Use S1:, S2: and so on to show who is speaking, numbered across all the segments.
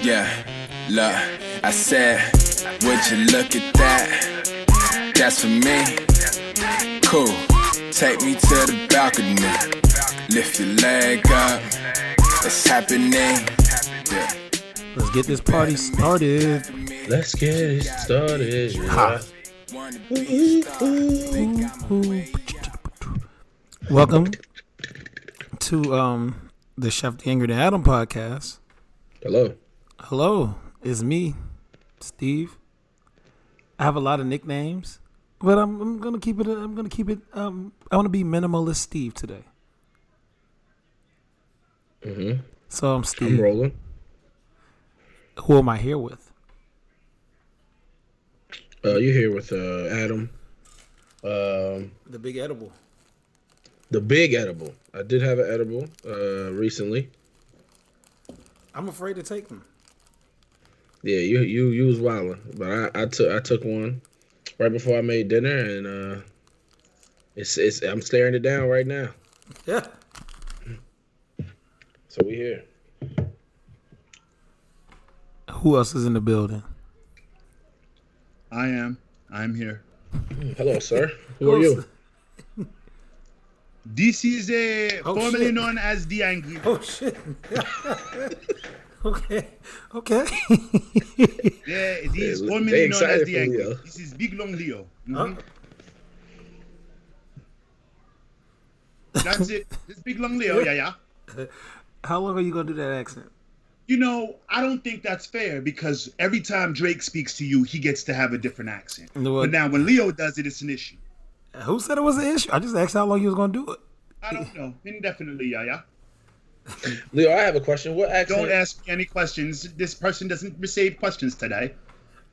S1: Yeah, look, I said, would you look at that? That's for me. Cool, take me to the balcony. Lift your leg up, it's happening. Yeah.
S2: Let's get this party started.
S3: Let's get it started.
S2: Ha. Welcome to um the Chef the Angry than Adam podcast.
S3: Hello.
S2: Hello, it's me, Steve. I have a lot of nicknames, but I'm, I'm gonna keep it. I'm gonna keep it. Um, I want to be minimalist Steve today. Mm-hmm. So I'm
S3: I'm
S2: Steve.
S3: rolling.
S2: Who am I here with?
S3: Uh, you're here with uh, Adam, um,
S2: The big edible.
S3: the big edible. I did have an edible uh, recently.
S2: I'm afraid to take them.
S3: Yeah, you you you was wilding, but I, I took I took one right before I made dinner, and uh, it's it's I'm staring it down right now.
S2: Yeah.
S3: So we here.
S2: Who else is in the building?
S4: I am. I'm here.
S3: Hello, sir. Who are you?
S4: This is a
S2: Oh,
S4: formerly
S2: shit.
S4: known as the Angry.
S2: Oh shit. okay. Okay.
S4: Yeah, it is
S3: They-
S4: formerly
S3: they
S4: known
S3: excited
S4: as the
S3: for
S4: Angry.
S3: Leo.
S4: This is Big Long Leo.
S2: Huh?
S4: Mhm. That's it. This Big Long Leo. Yeah, yeah.
S2: How long are you gonna do that accent?
S4: You know, I don't think that's fair because every time Drake speaks to you, he gets to have a different accent.
S2: No, what-
S4: But now when Leo does it, it's an issue.
S2: Who said it was an issue? I just asked how long you was gonna do it.
S4: I don't know. Indefinitely, yeah, yeah.
S3: Leo, I have a question. What accent?
S4: Don't ask me any questions. This person doesn't receive questions today.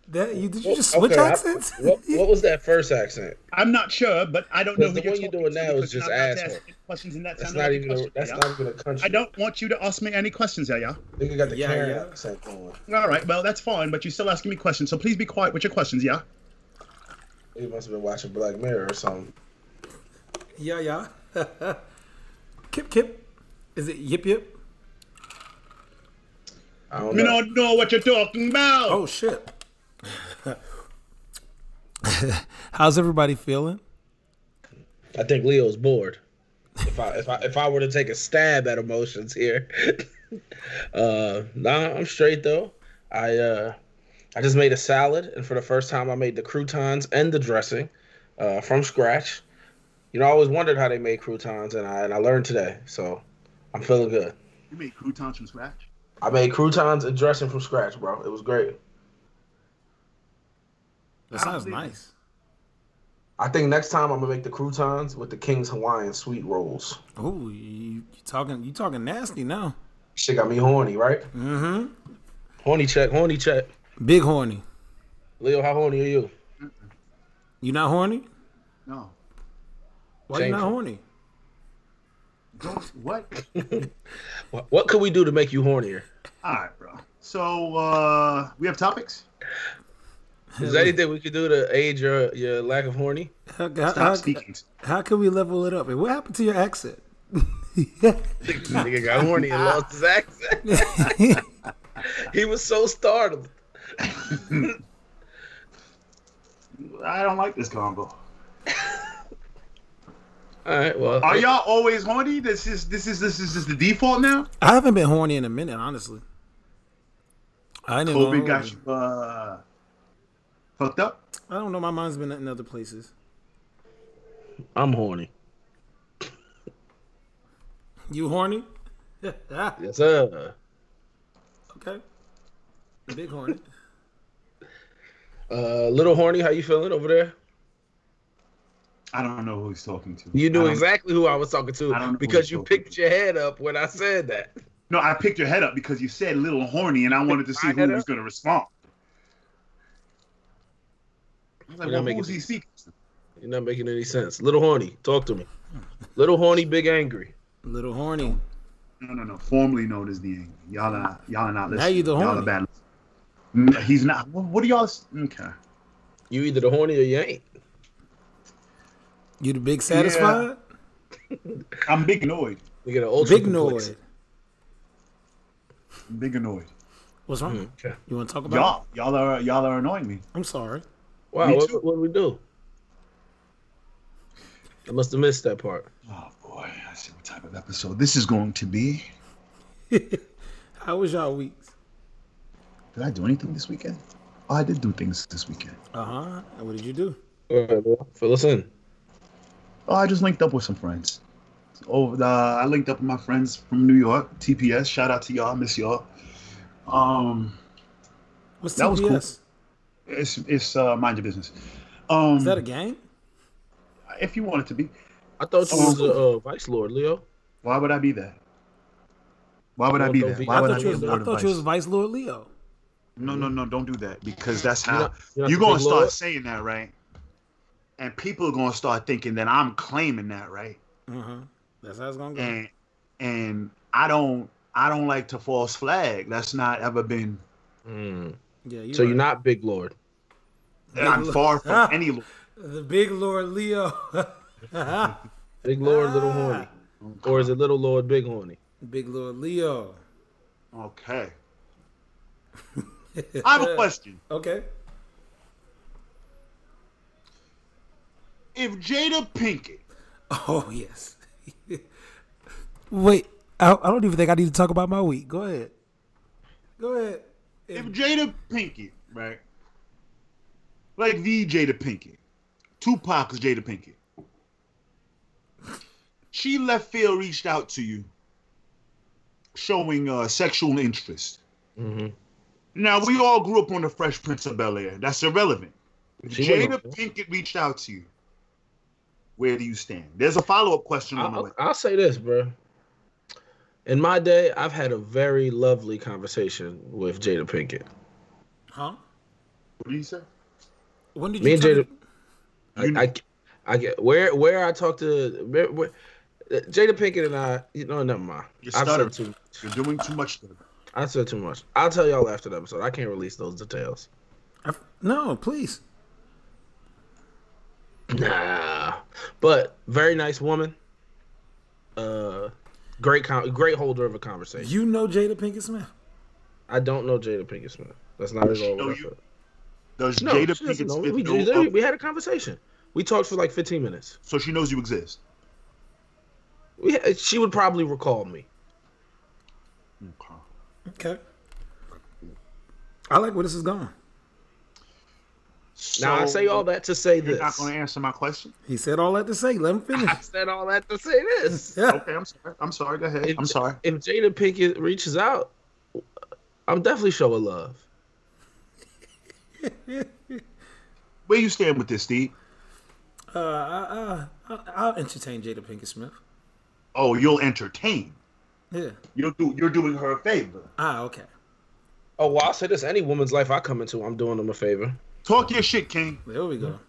S2: That you did you
S3: Well,
S2: just switch
S3: okay, I-
S2: accents?
S3: what, what was that first accent?
S4: I'm not sure, but I don't know
S3: Because
S4: who
S3: the
S4: you're
S3: one you're doing
S4: talking to
S3: now is
S4: because
S3: just
S4: I'm not
S3: asshole.
S4: asking questions in that
S3: That's
S4: sound
S3: not
S4: of
S3: even. A,
S4: question,
S3: that's
S4: yeah?
S3: not even a country.
S4: I don't want you to ask me any questions, yeah, yeah.
S3: Nigga got the
S2: Yeah,
S3: Karen
S2: yeah.
S3: accent going.
S4: All right, well that's fine, but you're still asking me questions, so please be quiet with your questions, yeah.
S3: He must have been watching Black Mirror or something.
S2: Yeah, yeah. kip kip. Is it yip yip?
S3: I don't
S4: You
S3: know.
S4: don't know what you're talking about.
S2: Oh shit. How's everybody feeling?
S3: I think Leo's bored. If I if I if I were to take a stab at emotions here, uh, nah, I'm straight though. I uh, I just made a salad, and for the first time, I made the croutons and the dressing, uh, from scratch. You know, I always wondered how they made croutons, and I and I learned today, so I'm feeling good.
S4: You made croutons from scratch.
S3: I made croutons and dressing from scratch, bro. It was great.
S2: That
S4: I don't
S2: sounds
S4: think-
S2: nice.
S3: I think next time I'm gonna make the croutons with the King's Hawaiian sweet rolls.
S2: Oh, you, you talking you talking nasty now.
S3: Shit got me horny, right? Mm-hmm. Horny check, horny check.
S2: Big horny.
S3: Leo, how horny are you?
S2: You not horny?
S4: No.
S2: Why you not
S3: Shameful.
S2: horny?
S4: Don't what?
S3: What, what could we do to make you hornier?
S4: Alright, bro. So uh we have topics?
S3: Is there anything we could do to aid your your lack of horny?
S2: How, how,
S4: Stop
S2: how,
S4: speaking.
S2: how can we level it up? And what happened to your accent?
S3: Nigga got horny and lost his accent. he was so startled.
S4: I don't like this combo.
S3: All right, well,
S4: Are y'all always horny? This is this is this is this is the default now?
S2: I haven't been horny in a minute, honestly. I didn't
S4: COVID got you uh fucked up?
S2: I don't know. My mind's been in other places.
S3: I'm horny.
S2: You horny? Yeah.
S3: Yes, sir.
S2: Okay. Big horny.
S3: Uh, little horny, how you feeling over there?
S4: I don't know who he's talking to.
S3: You
S4: I
S3: knew
S4: don't-
S3: exactly who I was talking
S4: Um, I don't
S3: to
S4: know
S3: because
S4: who's
S3: you
S4: talking
S3: picked your head up when I said that.
S4: No, I picked your head up because you said little horny, and I wanted to see
S3: my head
S4: who was
S3: up?
S4: going to respond. I was like,
S3: We're
S4: well,
S3: gonna make
S4: who's
S3: it-
S4: he seeking?
S3: You're not making any sense. Little horny, talk to me. Little horny, big angry.
S2: Little horny.
S4: No, no, no. Formerly known as the Angry. Y'all are y'all are not listening.
S2: you the
S4: y'all
S2: horny.
S4: Are bad. listeners. No, he's not. What, what are y'all? s- Okay.
S3: You either the horny or you ain't.
S2: You the big satisfied?
S4: I'm big annoyed.
S3: You get an ultra
S2: Big
S3: complex.
S2: Noid.
S4: I'm big annoyed.
S2: What's wrong?
S3: Okay.
S2: You want to talk about?
S4: Mm-hmm. Y'all, y'all are y'all are annoying me.
S2: it? I'm sorry.
S3: Wow,
S4: Me
S3: what,
S4: too.
S3: what did we do? I must have missed that part.
S4: Oh boy, I see what type of episode this is going to be.
S2: How was y'all weeks?
S4: Did I do anything this weekend? Oh, I did do things this weekend.
S2: Uh huh. What did you do?
S3: All right, well, fill us in.
S4: Oh, I just linked up with some friends. Oh, uh, I linked up with my friends from New York, TPS. Shout out to y'all, miss y'all. Um,
S2: What's
S4: That was cool.
S2: TPS?
S4: it's it's uh, mind your business. Um,
S2: Is that a game?
S4: if you want it to be,
S3: I thought you was a uh, vice lord, Leo.
S4: why would I be there? Why would I be there? Why
S2: I
S4: would
S2: thought
S4: I
S2: you
S4: be
S2: was,
S4: the
S2: I
S4: Lord of
S2: thought you was
S4: Vice?
S2: Vice Lord Leo.
S4: No, no, no! Don't do that because that's
S3: You're
S4: how
S3: not- you're not
S4: you're,
S3: the
S4: gonna
S3: big
S4: start
S3: Lord?
S4: saying that, right? And people are gonna start thinking that I'm claiming that, right?
S2: Uh huh. That's how it's gonna go.
S4: and and I don't I don't like to false flag. That's not ever been.
S3: Mm.
S2: yeah. You
S3: So
S2: right.
S3: you're not big lord.
S4: I'm far from
S2: Ah.
S4: any. Lord.
S2: the big Lord Leo.
S3: Big lord, little horny,
S4: Oh,
S3: or is it little lord, big horny?
S2: big Lord Leo.
S4: Okay. I have a question.
S2: Okay.
S4: If Jada Pinkett,
S2: Oh yes. Wait, I, I don't even think I need to talk about my week. Go ahead. Go ahead.
S4: if Jada Pinkett, right, like the Jada Pinkett, Tupac's Jada Pinkett, she left field reached out to you, showing uh, sexual interest.
S3: Mm-hmm.
S4: Now we all grew up on the Fresh Prince of Bel Air. That's irrelevant. If
S3: She
S4: Jada
S3: wasn't-
S4: Pinkett reached out to you. Where do you stand? There's a follow up question on the way.
S3: I'll, I'll say this, bro. In my day, I've had a very lovely conversation with Jada Pinkett.
S2: Huh?
S4: What do you say?
S2: When did
S3: Me
S2: you?
S3: and
S2: turn
S3: Jada-
S2: it-
S3: I, I, I get where where I talk to where, where, Jada Pinkett and I. You know, never mind.
S4: You
S3: I've said
S4: stuttered.
S3: too.
S4: You're doing too much. Though.
S3: I said too much. I'll tell y'all after the episode. I can't release those details.
S2: I- no, please.
S3: Nah, but very nice woman. Uh, great con- great holder of a conversation.
S2: You know Jada Pinkett Smith.
S3: I don't know Jada Pinkett Smith. That's not at all
S4: know
S3: what I
S4: you?
S3: feel.
S4: Does
S3: No,
S4: Jada
S3: she doesn't
S4: Pinkett
S3: know.
S4: Smith
S3: We,
S4: know
S3: literally-
S4: of-
S3: we had a conversation. We talked for like 15 minutes.
S4: so she knows you exist?
S3: We had, she would probably recall me.
S4: Okay.
S2: Okay. I like where this is going.
S4: So
S3: Now I say all that to say
S4: uh, You're
S3: this.
S4: not going to answer my question.
S2: He said all that to say. Let him finish.
S3: I said all that to say this.
S2: Yeah.
S4: Okay, I'm sorry. I'm sorry. Go ahead.
S3: If-
S4: I'm sorry.
S3: If Jada Pinkett reaches out, I'm definitely showing love.
S4: Where you stand with this, Steve?
S2: Uh, I, I, I, I'll entertain Jada Pinkett Smith.
S4: Oh, you'll entertain.
S2: Yeah.
S4: You'll do. You're doing her a favor.
S2: Ah, okay.
S3: Oh well, I'll say this: any woman's life I come into, I'm doing them a favor.
S4: Talk your shit, King.
S2: There we go.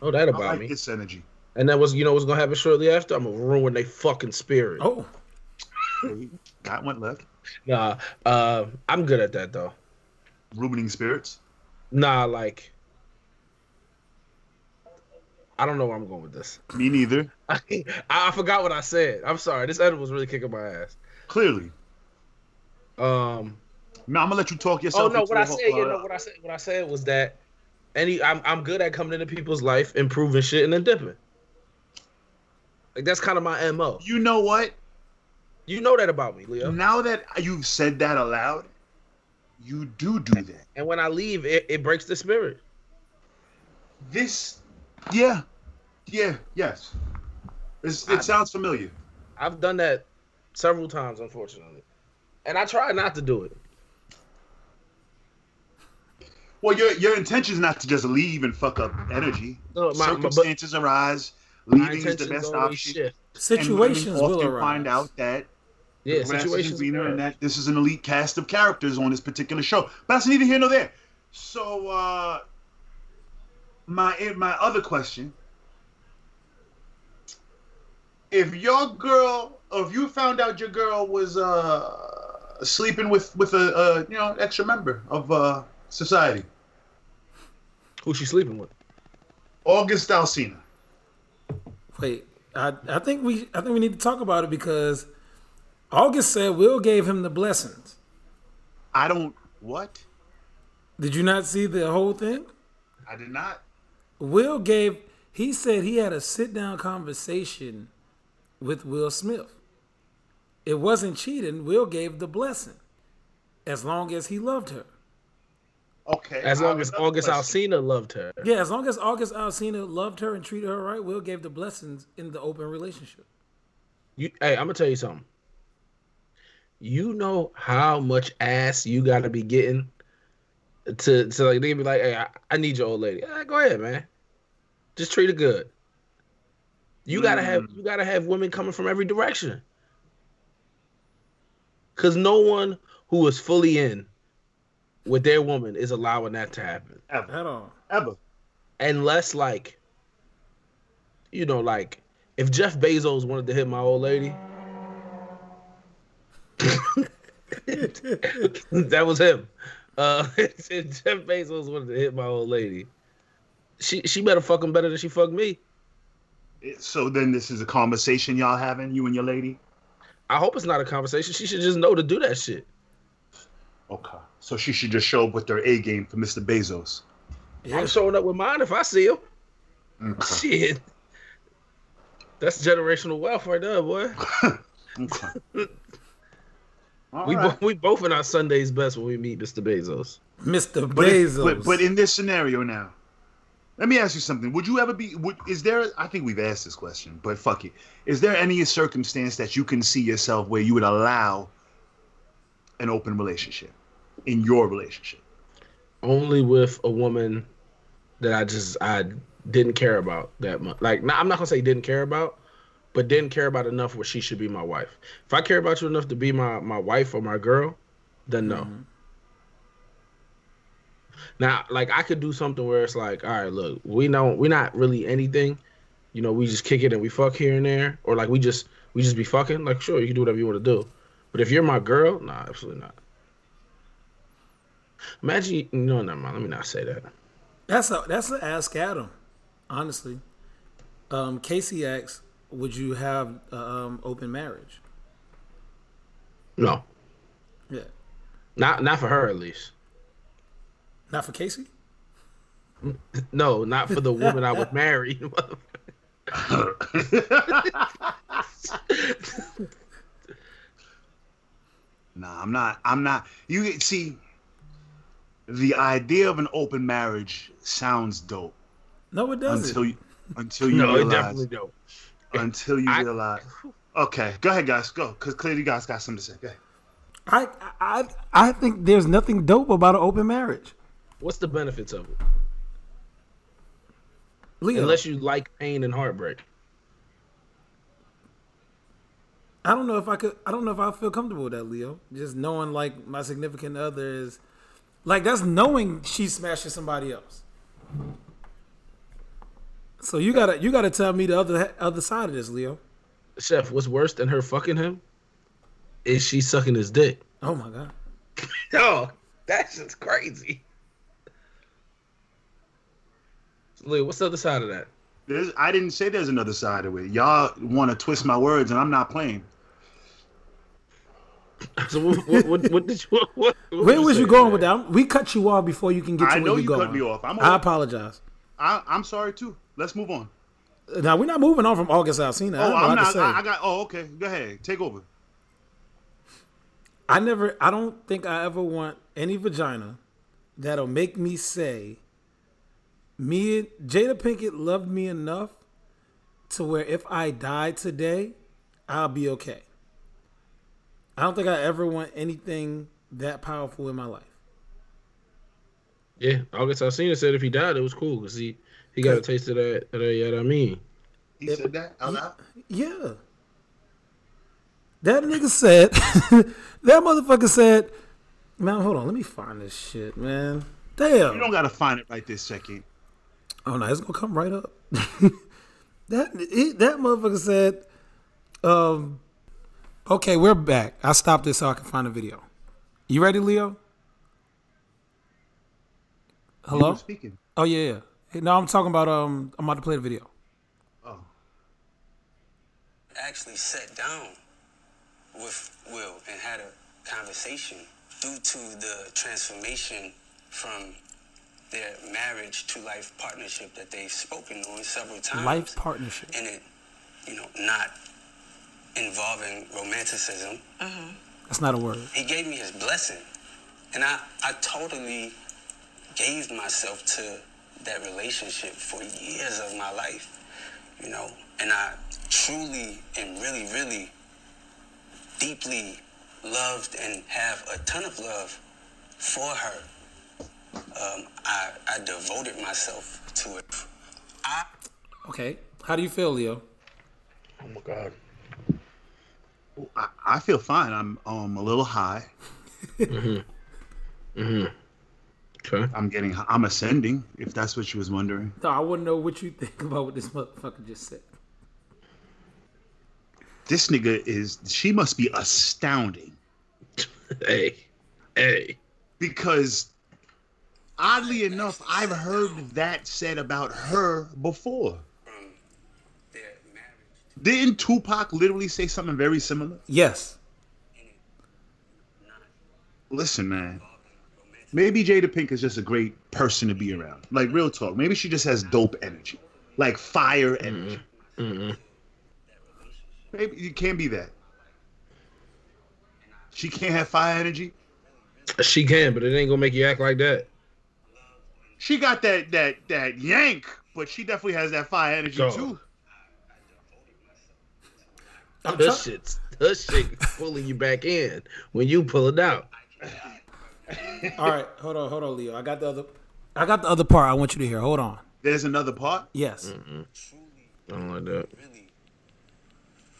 S3: Oh, that
S4: I
S3: about
S4: like
S3: me.
S4: this energy.
S3: And that was, you know, what's gonna happen shortly after? I'm gonna ruin their fucking spirit.
S2: Oh,
S4: Got one left.
S3: Nah, uh, I'm good at that though.
S4: Ruining spirits.
S3: Nah, like, I don't know where I'm going with this.
S4: Me neither.
S3: I, I forgot what I said. I'm sorry. This edit was really kicking my ass.
S4: Clearly.
S3: Um.
S4: No, I'm gonna let you talk
S3: Oh
S4: yourself.
S3: no,
S4: into uh,
S3: what I
S4: a whole-
S3: said, you know, what I said, what I said was that any, I'm I'm good at coming into people's life, improving shit, and then dipping. Like that's kind of my mo.
S4: You know what?
S3: You know that about me, Leo.
S4: Now that you've said that aloud, you do do that.
S3: And when I leave, it, it breaks the spirit.
S4: This, yeah, yeah, yes. It's, it sounds familiar.
S3: I've done that several times, unfortunately, and I try not to do it.
S4: Well, your your intention is not to just leave and fuck up energy.
S3: No, my- my- but-
S4: Circumstances arise.
S3: My
S4: Leaving is the
S3: intentions
S4: best
S3: always
S4: option.
S3: shift.
S4: And women
S2: situations will
S4: often
S2: arise.
S4: find out that
S3: Yeah,
S4: grass isn't
S3: situations.
S4: greener and
S3: occur.
S4: that this is an elite cast of characters on this particular show. But that's neither here nor there. So uh my eh, my other question. If your girl or if you found out your girl was uh sleeping with with a uh, you know extra member of uh society,
S3: Who she sleeping with?
S4: August Alsina.
S2: Wait, I, I think we I think we need to talk about it because August said Will gave him the blessings.
S4: I don't What?
S2: Did you not see the whole thing?
S4: I did not.
S2: Will gave. He said he had a sit down conversation with Will Smith. It wasn't cheating. Will gave the blessing, as long as he loved her.
S4: Okay.
S3: As
S4: I
S3: long
S4: have
S3: as
S4: another
S3: August
S4: question.
S3: Alsina loved her.
S2: Yeah, as long as August Alsina loved her and treated her right, Will gave the blessings in the open relationship.
S3: You, hey, I'm gonna tell you something. You know how much ass you gotta be getting to to like they be like, hey, I, I need your old lady. Ah, go ahead, man. Just treat her good. You gotta have you gotta have women coming from every direction. Cause no one who is fully in with their woman is allowing that to happen.
S4: Ever.
S2: At all.
S4: Ever.
S3: Unless like you know, like if Jeff Bezos wanted to hit my old lady, that was him. Uh, if Jeff Bezos wanted to hit my old lady. She she better fuck him better than she fucked me.
S4: It- So then this is a conversation y'all having, you and your lady?
S3: I hope it's not a conversation. She should just know to do that shit.
S4: Okay. So she should just show up with their A game for Mr. Bezos.
S2: Yeah.
S3: I'm showing up with mine if I see him.
S4: Okay.
S3: Shit. That's generational wealth right there, boy.
S4: okay. All
S3: We,
S4: right.
S3: bo- we both in our Sunday's best when we meet Mr. Bezos.
S2: Mr.
S4: But, if-
S2: Bezos.
S4: but but in this scenario now, let me ask you something. Would you ever be? Would, is there? I think we've asked this question, but fuck it. Is there any circumstance that you can see yourself where you would allow an open relationship in your relationship?
S3: only with a woman that I just I didn't care about that much. Like not, I'm not gonna say didn't care about, but didn't care about enough where she should be my wife. If I care about you enough to be my my wife or my girl, then no. Now, like I could do something where it's like, all right, look, we know we're not really anything. You know, we just kick it and we fuck here and there, or like we just we just be fucking. Like, sure, you can do whatever you want to do, but if you're my girl, nah, absolutely not. Imagine, no, never mind. Let me not say that.
S2: That's a that's an ask Adam, honestly. Um, Casey asks, "Would you have um, open marriage?"
S3: No,
S2: Yeah,
S3: not not for her at least.
S2: not for Casey.
S3: No, not for the woman I would marry.
S4: Nah, I'm not. I'm not. You see, the idea of an open marriage sounds dope
S2: No, it doesn't.
S4: until you until you
S3: no, it
S4: realize
S3: definitely don't.
S4: until you
S3: I-
S4: realize. Okay, go ahead, guys. Go, because clearly you guys got something to say. Go ahead.
S2: I I I think there's nothing dope about an open marriage.
S3: What's the benefits of it?
S2: Leo,
S3: Unless you like pain and heartbreak.
S2: I don't know if I could. I don't know if I feel comfortable with that, Leo. Just knowing like my significant other is, like that's knowing she's smashing somebody else. So you gotta you gotta tell me the other other side of this, Leo.
S3: Chef, what's worse than her fucking him? Is she sucking his dick?
S2: Oh my god.
S3: No, that shit's crazy. Lou, what's the other side of that?
S4: There's, I didn't say there's another side of it. Y'all want to twist my words, and I'm not playing.
S3: So what, what, what, what did you? What, what
S2: Where was you
S3: saying
S2: going
S3: there?
S2: with that? We cut you off before you can get to
S4: I
S2: where
S4: know
S2: you
S4: you
S2: going.
S4: cut me off. I'm
S2: I
S4: old.
S2: apologize.
S4: I, I'm sorry too. Let's move on.
S2: Now we're not moving on from August Alsina.
S4: Oh,
S2: I
S4: I'm
S2: am
S4: not.
S2: Say.
S4: I, I
S2: I,
S4: got. Oh, okay. Go ahead. Take over.
S2: never. I don't think I ever want any vagina that'll make me say, "Me, and Jada Pinkett loved me enough to where if I die today, I'll be okay." I don't think I ever want anything that powerful in my life.
S3: Yeah, August Alsina said if he died, it was cool because he he got a taste of that. Of that you know what I mean?
S4: He said that out loud.
S2: Yeah. That nigga said, that motherfucker said, man, hold on, let me find this shit, man.
S4: You don't
S2: Damn.
S4: gotta find it right this second.
S2: Oh no, it's gonna come right up. that he, that motherfucker said, um, okay, we're back. I stopped this so I can find the video. You ready, Leo?
S4: You were
S2: Hello?
S4: speaking.
S2: Oh yeah, yeah. Hey, No, I'm talking about um, I'm about to play the video.
S4: Oh,
S5: actually sat down with Will and had a conversation due to the transformation from their marriage to life partnership that they've spoken on several
S4: Ah,
S5: times.
S2: Life partnership.
S5: And it, you know, not involving romanticism.
S2: That's not a word.
S5: He gave me his blessing. And I, I totally gave myself to that relationship for years of my life, you know. And I truly and really, really deeply loved and have a ton of love for her. Um, I, I devoted myself to it. I
S2: Okay. How do you feel, Leo?
S3: Oh my god.
S4: I, I feel fine. I'm um a little high.
S3: Okay.
S4: I'm getting. hi- I'm ascending. If that's what you was wondering.
S2: No, I wouldn't know what you think about what this motherfucker just said.
S4: This nigga is. She must be astounding
S3: Hey. Hey.
S4: because, oddly enough, I've heard that said about her before.
S5: from their marriage
S4: Didn't Tupac literally say something very similar?
S2: Yes.
S4: Listen, man. Maybe Jada Pink is just a great person to be around. Like real talk. Maybe she just has dope energy, like fire energy. Maybe it can't be that. She can't have fire energy.
S3: She can, but it ain't gonna make you act like that.
S4: She got that that that yank, but she definitely has that fire energy
S3: Dog.
S4: too.
S2: I'm
S3: Her
S2: try-
S3: shit's her shit pulling you back in when you pull it out.
S2: All right, hold on, hold on, Leo. I got the other, I got the other part. I want you to hear. Hold on.
S4: There's another part.
S2: Yes.
S5: truly
S3: I don't like that.
S5: really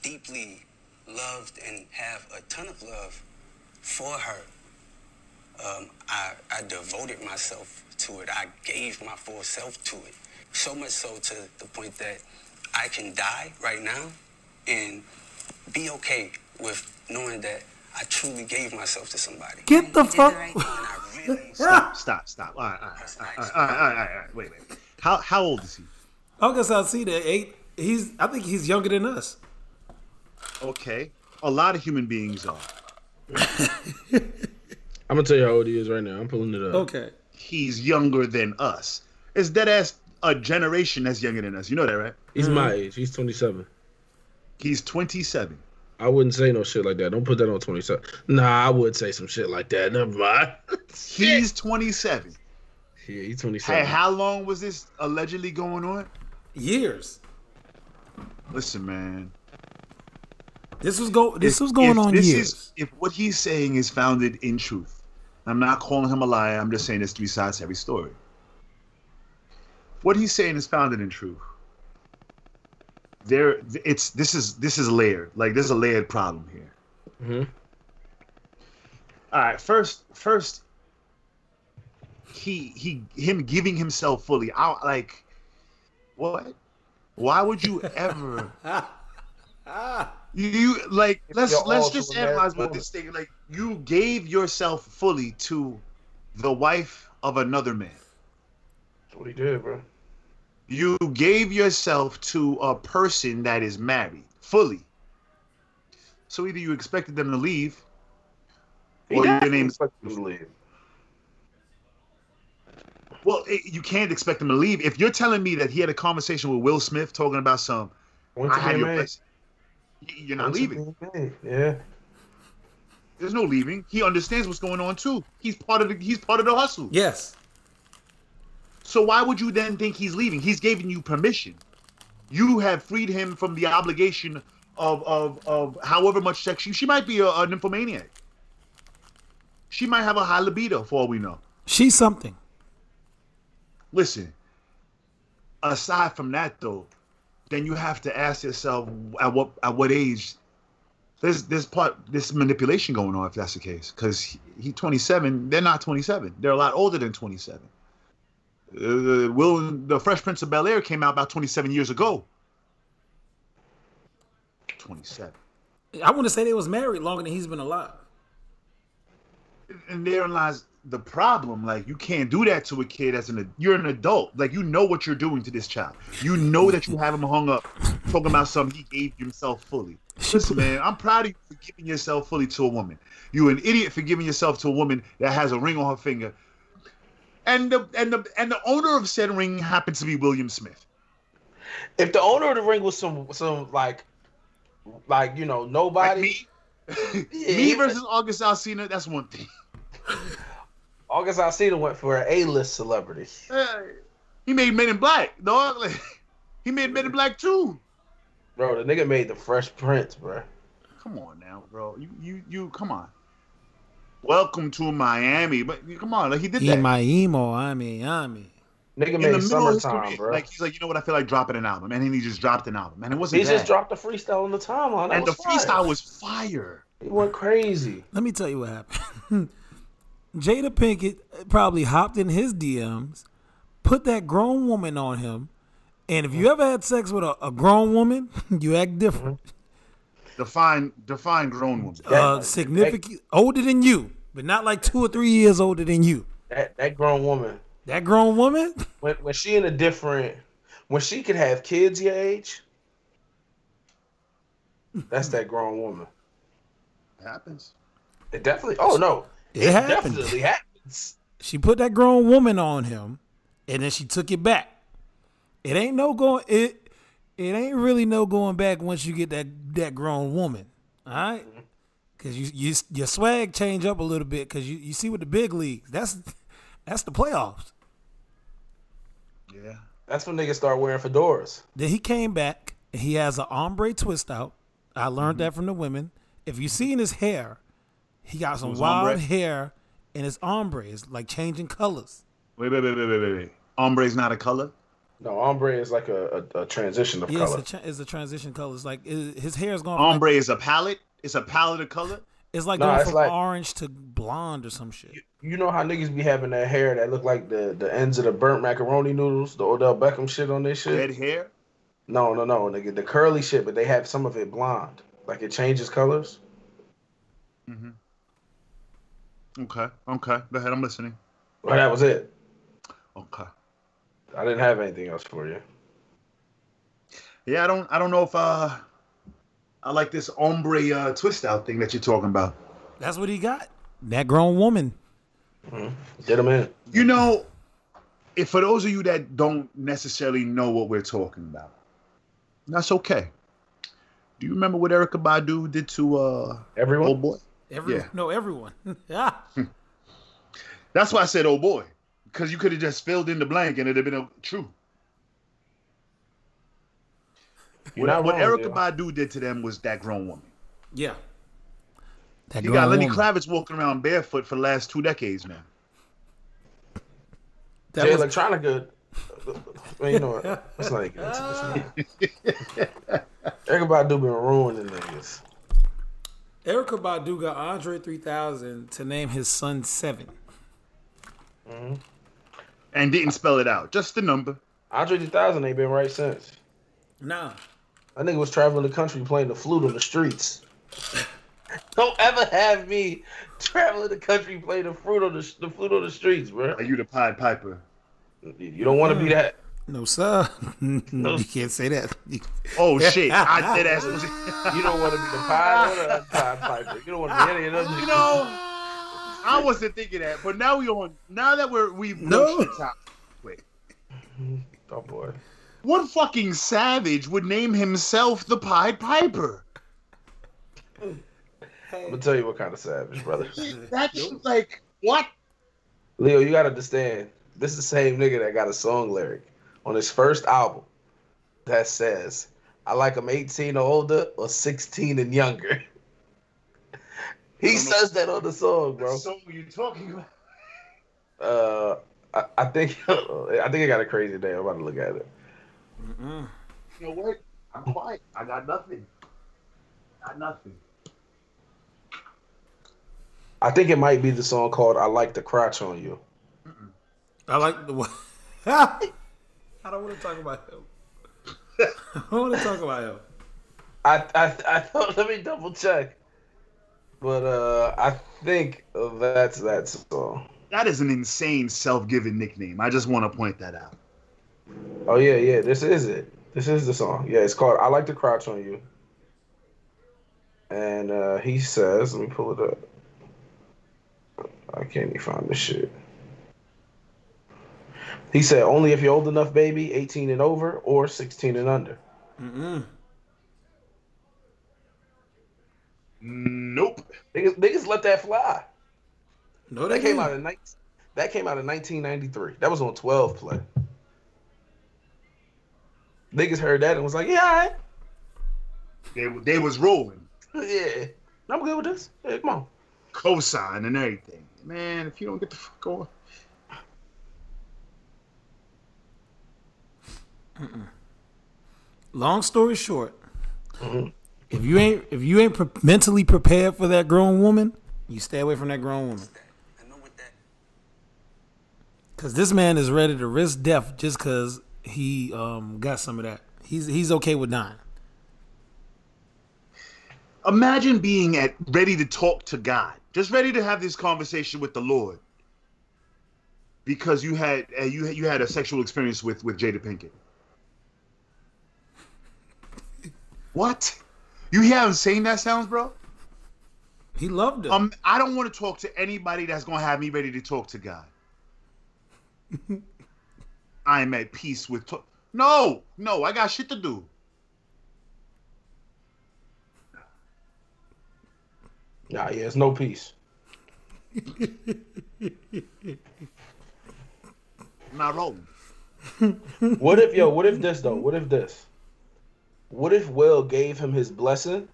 S5: deeply loved and have a ton of love for her. Um, I, I devoted myself to it. I gave my full self to it. So much so to the point that I can die right now and be okay with knowing that I truly gave myself to somebody.
S2: Get the fuck.
S5: And I really
S4: Stop, stop, stop. All right, all right, all right, all right, all right, all right, all right. Wait, wait. How how old is he?
S2: I guess I see that eight. He's. I think he's younger than us.
S4: Okay. A lot of human beings are.
S3: I'm gonna tell you how old he is right now. I'm pulling it up.
S6: Oh,
S2: Okay.
S4: he's younger than us. It's dead ass a generation that's younger than us. You know that, right?
S3: He's
S6: uh-huh.
S3: my age. He's 27.
S4: He's 27.
S3: I wouldn't say no shit like that. Don't put that on 27. Nah, I would say some shit like that. Never mind.
S4: He's 27.
S3: Yeah, he's
S4: Hey,
S3: 27.
S4: how long was this allegedly going on?
S2: Years.
S4: Listen, man.
S2: This was go. This
S4: if-
S2: was going
S4: if
S2: on
S4: this
S2: years.
S4: Is, if what he's saying is founded in truth, I'm not calling him a liar. I'm just saying there's three sides to every story. What he's saying is founded in truth. There, it's this is this is layered. Like there's a layered problem here.
S3: Mhm.
S4: All right, first, first, he he him giving himself fully. I like what? Why would you ever? you like let's
S6: you're
S4: let's
S6: all
S4: just
S6: to a man
S4: analyze what
S6: woman.
S4: this thing like you gave yourself fully to the wife of another man
S6: That's what he did, bro.
S4: you gave yourself to a person that is married fully so either you expected them to leave or your name's well it, you can't expect them to leave if you're telling me that he had a conversation with will smith talking about some
S6: Went
S4: i
S6: to
S4: have
S6: be
S4: your
S6: made.
S4: place you're not leaving
S6: Yeah.
S4: There's no leaving. He understands what's going on too. He's part of the he's part of the hustle.
S2: yes.
S4: So why would you then think he's leaving? He's giving you permission. You have freed him from the obligation of of of however much sex she she might be a, a nymphomaniac. She might have a high libido for all we know.
S2: She's something.
S4: Listen. Aside from that though, then you have to ask yourself at what at what age there's this part this manipulation going on if that's the case because he, he 27 they're not 27 they're a lot older than 27 uh, will the fresh prince of bel-air came out about 27 years ago 27
S2: I want to say they was married longer than he's been alive.
S4: and therein lies the problem like you can't do that to a kid as an ad- you're an adult like you know what you're doing to this child you know that you have him hung up talking about something he gave himself fully Listen, man, I'm proud of you for giving yourself fully to a woman. You an idiot for giving yourself to a woman that has a ring on her finger. And the and the and the owner of said ring happened to be William Smith.
S3: If the owner of the ring was some some like like you know
S4: Like
S3: nobody,
S4: me.
S3: Yeah,
S4: me
S3: he-
S4: versus August Alsina, that's one thing.
S3: August Alsina went for an A list celebrity.
S4: Uh, he made Men in Black, dog. Like, he made Men in Black too.
S3: Bro, the nigga made the Fresh Prince, bro.
S4: Come on now, bro. You you you come on. Welcome to Miami, but come on, like he did that.
S2: Imaimo, I mean, I mean.
S3: Nigga
S4: in the
S3: made
S4: middle of his
S3: Summertime,
S4: career.
S3: bro.
S4: Like he's like, you know what? I feel like dropping an album, and then he just dropped an album, and it wasn't
S3: he
S4: bad.
S3: just dropped the freestyle on the timeline. That
S4: and the
S3: was fire.
S4: freestyle was fire.
S3: He went crazy.
S2: Let me tell you what happened. Jada Pinkett probably hopped in his DMs, put that grown woman on him, and if you ever had sex with a, a grown woman, you act different.
S4: Define define grown woman.
S2: Uh, significant, older than you, but not like two or three years older than you.
S3: That that grown woman.
S2: That grown woman,
S3: When when she in a different when she could have kids your age, that's that grown woman.
S4: happens.
S3: It definitely oh no.
S2: It happened.
S3: definitely happens.
S2: she put that grown woman on him, and then she took it back. It ain't no going. It it ain't really no going back once you get that that grown woman. All right,
S4: Mm-hmm.
S2: because you you your swag change up a little bit because you you see with the big leagues. That's that's the playoffs.
S4: Yeah.
S3: That's when niggas start wearing fedoras.
S2: Then he came back. and He has an ombre twist out. I learned
S4: Mm-hmm.
S2: that from the women. If you seen his hair, he got some
S4: was
S2: wild
S4: ombre?
S2: hair, and it's ombre. It's like changing colors.
S4: Wait, wait, wait, wait, wait, wait, wait. Ombre's not a color.
S3: No, ombre is like a, a, a transition of
S2: Yeah, it's
S3: color.
S2: a, tra- it's a transition color. It's like i- his hair is going. from, like,
S4: Ombre is a palette. It's a palette of color.
S2: It's like
S3: Nah,
S2: going
S3: it's
S2: from
S3: like-
S2: orange to blonde or some shit.
S3: you know how niggas be having that hair that look like the, the ends of the burnt macaroni noodles, the Odell Beckham shit on this shit?
S4: Red hair.
S3: No, no, no, nigga, the curly shit, but they have some of it blonde. Like it changes colors.
S4: Okay. Okay. Go ahead. I'm listening.
S3: Well, that was it.
S4: Okay.
S3: I didn't have anything else for you.
S4: Yeah, I don't. I don't know if uh, I like this ombre uh, twist out thing that you're talking about.
S2: That's what he got. That grown woman.
S3: Get him in.
S4: You know, if for those of you that don't necessarily know what we're talking about, that's okay. Do you remember what Erica Badu did to uh,
S3: Everyone?
S4: old boy?
S2: Every
S4: Yeah.
S2: no, everyone. yeah.
S4: That's why I said, "Oh boy," because you could have just filled in the blank and it'd have been a, true.
S3: You're
S4: what
S3: not
S4: what
S3: wrong,
S4: Erica
S3: dude.
S4: Badu did to them was that grown woman.
S2: Yeah. That
S4: You
S2: grown
S4: got Lenny
S2: woman.
S4: Kravitz walking around barefoot for the last two decades now.
S2: That
S3: Jay
S2: was-
S3: Electronica. Man, you know what? Let's not get into this. Everybody do been ruining niggas.
S2: Erica Badu got Andre 3000 to name his son Seven.
S4: And didn't spell it out, just the number.
S3: Andre 2000 ain't been right since.
S2: Nah.
S3: That nigga was traveling the country playing the flute on the streets. Don't ever have me traveling the country playing the fruit on the, the flute on the streets, bro.
S4: Are you the Pied Piper?
S3: You don't want to be that.
S2: No, sir. you can't say that.
S4: Oh shit! I did ask.
S3: You don't want to be the pie or the Pied piper. You don't want to be any of those.
S4: you
S3: niggas.
S4: know, I wasn't thinking that, but now we on. Now that we're we've
S2: No.
S4: reached the top. Wait,
S3: Oh boy.
S4: what fucking savage would name himself the Pied Piper?
S3: I'm gonna tell you what kind of savage, brother.
S4: That's like what?
S3: Leo, you gotta understand. This is the same nigga that got a song lyric on his first album that says, "I like 'em 18 or older or 16 and younger." He says that on the song, bro.
S4: So you talking about?
S3: Uh, I, I think I think I got a crazy day. I'm about to look at it.
S4: You know what? I'm quiet. I got nothing. Got nothing.
S3: I think it might be the song called "I Like the Crotch on You."
S2: I like the one. I don't want to talk about him. I don't want to talk about him.
S3: I I I thought, let me double check. But uh, I think that's that song.
S4: That is an insane self-given nickname. I just want to point that out.
S3: Oh yeah, yeah. This is it. This is the song. Yeah, it's called "I Like to Crouch on You." And uh, he says, let me pull it up. I can't even find this shit. He said, only if you're old enough, baby, 18 and over, or 16 and under.
S2: Mm-mm.
S4: Nope.
S3: Niggas, niggas let that fly.
S2: No,
S3: That
S2: they
S3: came
S2: came
S3: out in 19, that came out in 1993. That was on 12 play. Niggas heard that and was like, yeah,
S4: They they was rolling,
S3: all right. yeah, I'm good with this. Yeah, come on.
S4: cosign and everything. Man, if you don't get the fuck off,
S2: Long story short, if you ain't if you ain't pre- mentally prepared for that grown woman, you stay away from that grown woman.
S5: I know what that
S2: Cause this man is ready to risk death just cause he um got some of that. He's he's okay with dying.
S4: imagine being at ready to talk to God, just ready to have this conversation with the Lord, because you had uh, you had- you had a sexual experience with with Jada Pinkett. What? You hear how insane that sounds, bro?
S2: He loved her.
S4: Um, I don't want to talk to anybody that's gonna have me ready to talk to God. I'm at peace with. To- no, no, I got shit to do.
S3: Nah, yeah, it's no peace.
S4: I'm not rolling.
S3: What if yo? What if this though? What if this? What if Will gave him his blessing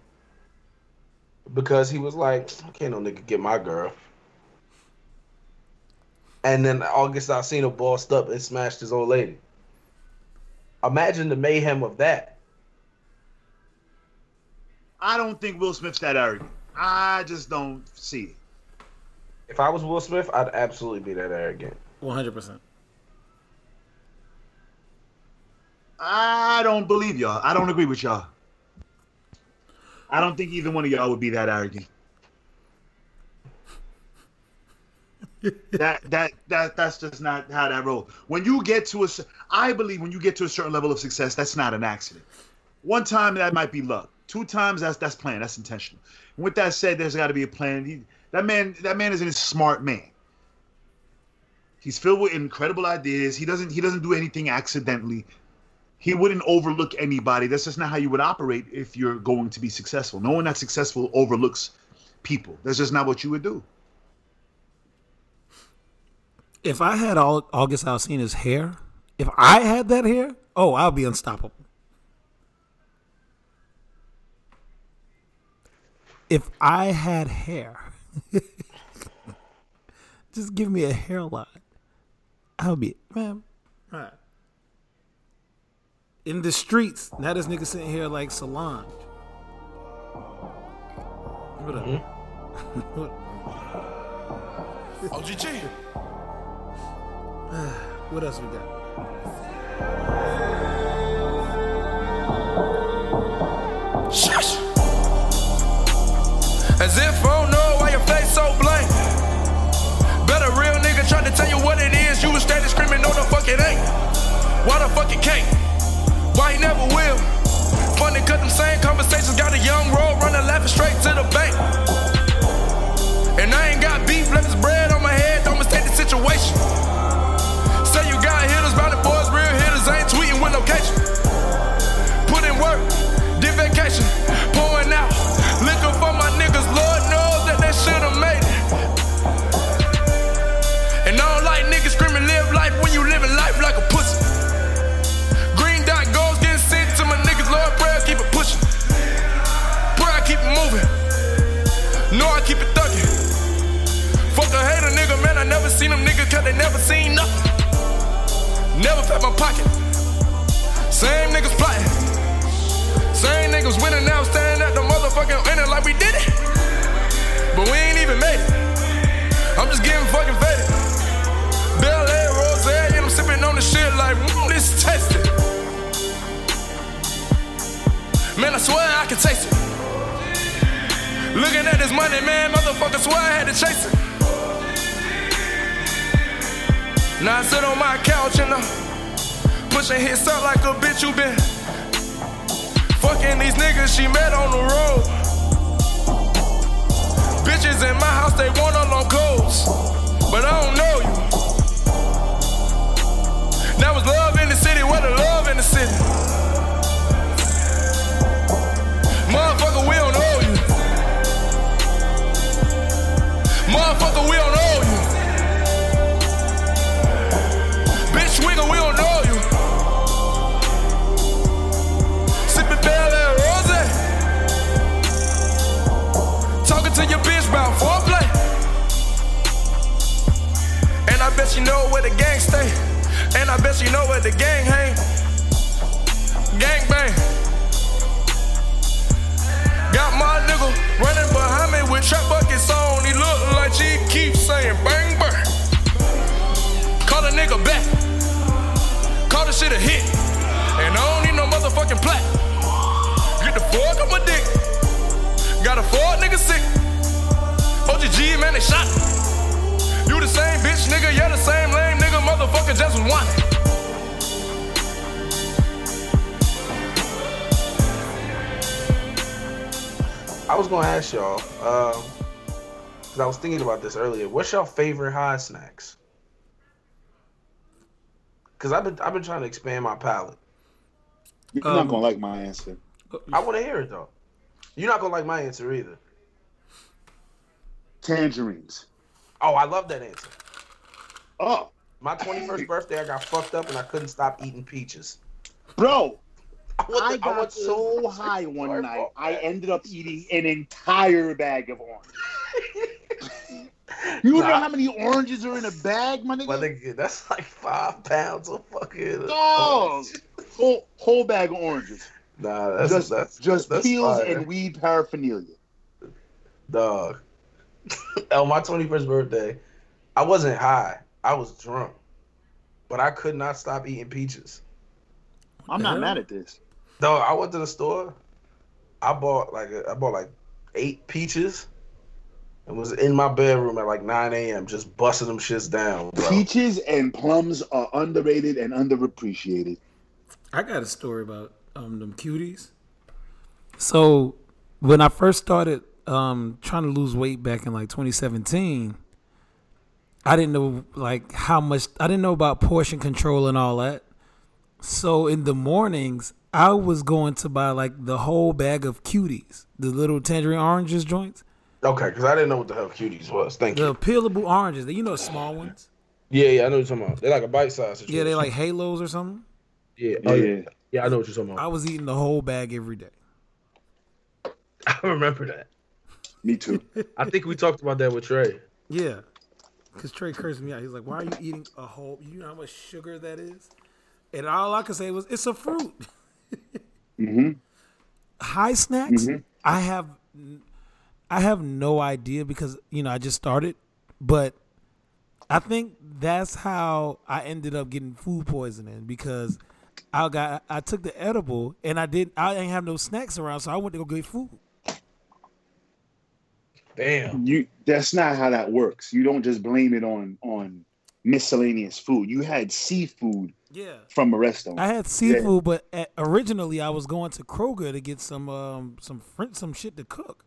S3: because he was like, I can't no nigga get my girl. And then August Alsina bossed up and smashed his old lady. Imagine the mayhem of that.
S4: I don't think Will Smith's that arrogant. I just don't see it.
S3: If I was Will Smith, I'd absolutely be that arrogant.
S2: One hundred percent.
S4: I don't believe y'all. I don't agree with y'all. I don't think either one of y'all would be that arrogant. that that that that's just not how that rolls. When you get to a, cer- I believe when you get to a certain level of success, that's not an accident. One time that might be luck. Two times that's that's planned. That's intentional. And with that said, there's got to be a plan. He, that man that man is a smart man. He's filled with incredible ideas. He doesn't he doesn't do anything accidentally he wouldn't overlook anybody. That's just not how you would operate if you're going to be successful. No one that's successful overlooks people. That's just not what you would do.
S2: If I had all August Alsina's hair, if I had that hair, oh, I'll be unstoppable. If I had hair, just give me a hairline. I'll be man. All right. In the streets, now this nigga sitting here like Solange. What up?
S1: OGG.
S2: What else we got?
S1: Shush. As if I don't know why your face so blank. Bet a real nigga trying to tell you what it is. You was standing screaming, no, the fuck it ain't. Why the fuck it can't? Why he never will? Funny, cause them same conversations got a young road running laughing straight to the bank. And I ain't got beef, left his bread on my head, don't mistake the situation. Say you got hitters, by the boys, real hitters, ain't tweeting with location put in work, did vacation, pouring out, looking for my niggas. Lord knows that they should've made it. And I don't like niggas screaming, live life when you living life like a pussy. Green dot goals getting sent to my niggas. Lord, prayers keep it pushing. Prayer, I keep it moving. No, I keep it thugging. Fuck a hater, nigga, man. I never seen them niggas cause they never seen nothing. Never felt my pocket. Same niggas plotting. Same niggas winning now, standing at the motherfucking winner like we did it. But we ain't even made it. I'm just getting fucking faded. Bel Air, Rose, and I'm sipping on the shit like, mm, this tasty. Man, I swear I can taste it. Looking at this money, man, motherfucker swear I had to chase it. Now I sit on my couch and I'm pushing hits up like a bitch you been fucking these niggas she met on the road. Bitches in my house, they want all on clothes. But I don't know you. That was love in the city, what the love in the city. Motherfucker, we don't know you. Motherfucker, we don't know you. Bitch, wigger, we don't know you. Sipping Bel Air Rose. Talking to your bitch about foreplay. And I bet you know where the gang stay. And I bet you know where the gang hang. Gang bang. Got my nigga running behind me with trap buckets on. He look like she keeps saying bang bang. Call the nigga back. Call the shit a hit. And I don't need no motherfucking plaque. Get the fork on my dick. Got a four nigga sick. OGG, man, they shot. me. You the same bitch, nigga. You're the same lame nigga. Motherfucker just was wanted.
S3: I was gonna ask y'all, um, because I was thinking about this earlier. What's y'all favorite high snacks? Because I've been I've been trying to expand my palate.
S4: You're
S2: Um,
S4: not gonna like my answer.
S3: I want to hear it though. You're not gonna like my answer either.
S4: Tangerines.
S3: Oh, I love that answer.
S4: Oh,
S3: My 21st birthday, I got fucked up and I couldn't stop eating peaches.
S4: bro,
S3: I want,
S4: I
S3: the- I
S4: got
S3: want the-
S4: so high one
S3: Sorry,
S4: night,
S3: bro.
S4: I ended up eating an entire bag of oranges. You know
S3: Nah.
S4: how many oranges are in a bag, my nigga?
S3: My nigga, that's like five pounds of fucking.
S4: Dog. Whole, whole bag of oranges.
S3: Nah, that's
S4: just
S3: that's
S4: just
S3: that's
S4: peels
S3: fire.
S4: and weed paraphernalia.
S3: Dog. On my 21st birthday, I wasn't high. I was drunk. But I could not stop eating peaches.
S4: I'm
S2: Yeah.
S4: not mad at this.
S3: Dog, I went to the store. I bought like a, I bought like eight peaches and was in my bedroom at like 9 a.m. just busting them shits down, bro.
S4: Peaches and plums are underrated and underappreciated.
S2: I got a story about um them cuties. So when I first started um trying to lose weight back in like 2017, I didn't know like how much I didn't know about portion control and all that. So in the mornings, I was going to buy like the whole bag of cuties, the little tangerine oranges joints,
S3: Okay, because I didn't know what the hell cuties was. Thank
S2: the
S3: you.
S2: peelable oranges, you know, the small ones.
S3: Yeah, yeah, I know what you're talking about. They're like a bite size.
S2: Yeah, they like halos or something.
S3: Yeah,
S4: Oh,
S3: oh, yeah.
S4: yeah.
S3: yeah, I know what you're talking
S2: I
S3: about.
S2: was eating the whole bag every day.
S3: I remember that.
S4: Me too.
S3: I think we talked about that with Trey.
S2: Yeah. Because Trey cursed me out. He's like, why are you eating a whole, you know how much sugar that is? And all I could say was, it's a fruit.
S4: hmm
S2: High snacks, I have, I have no idea because, you know, I just started. But I think that's how I ended up getting food poisoning because I got, I took the edible and I didn't, I didn't have no snacks around. So I went to go get food.
S3: Damn.
S4: You that's not how that works. You don't just blame it on on miscellaneous food. You had seafood
S2: Yeah.
S4: from a restaurant.
S2: I had seafood, but at, originally I was going to Kroger to get some um some fr- some shit to cook.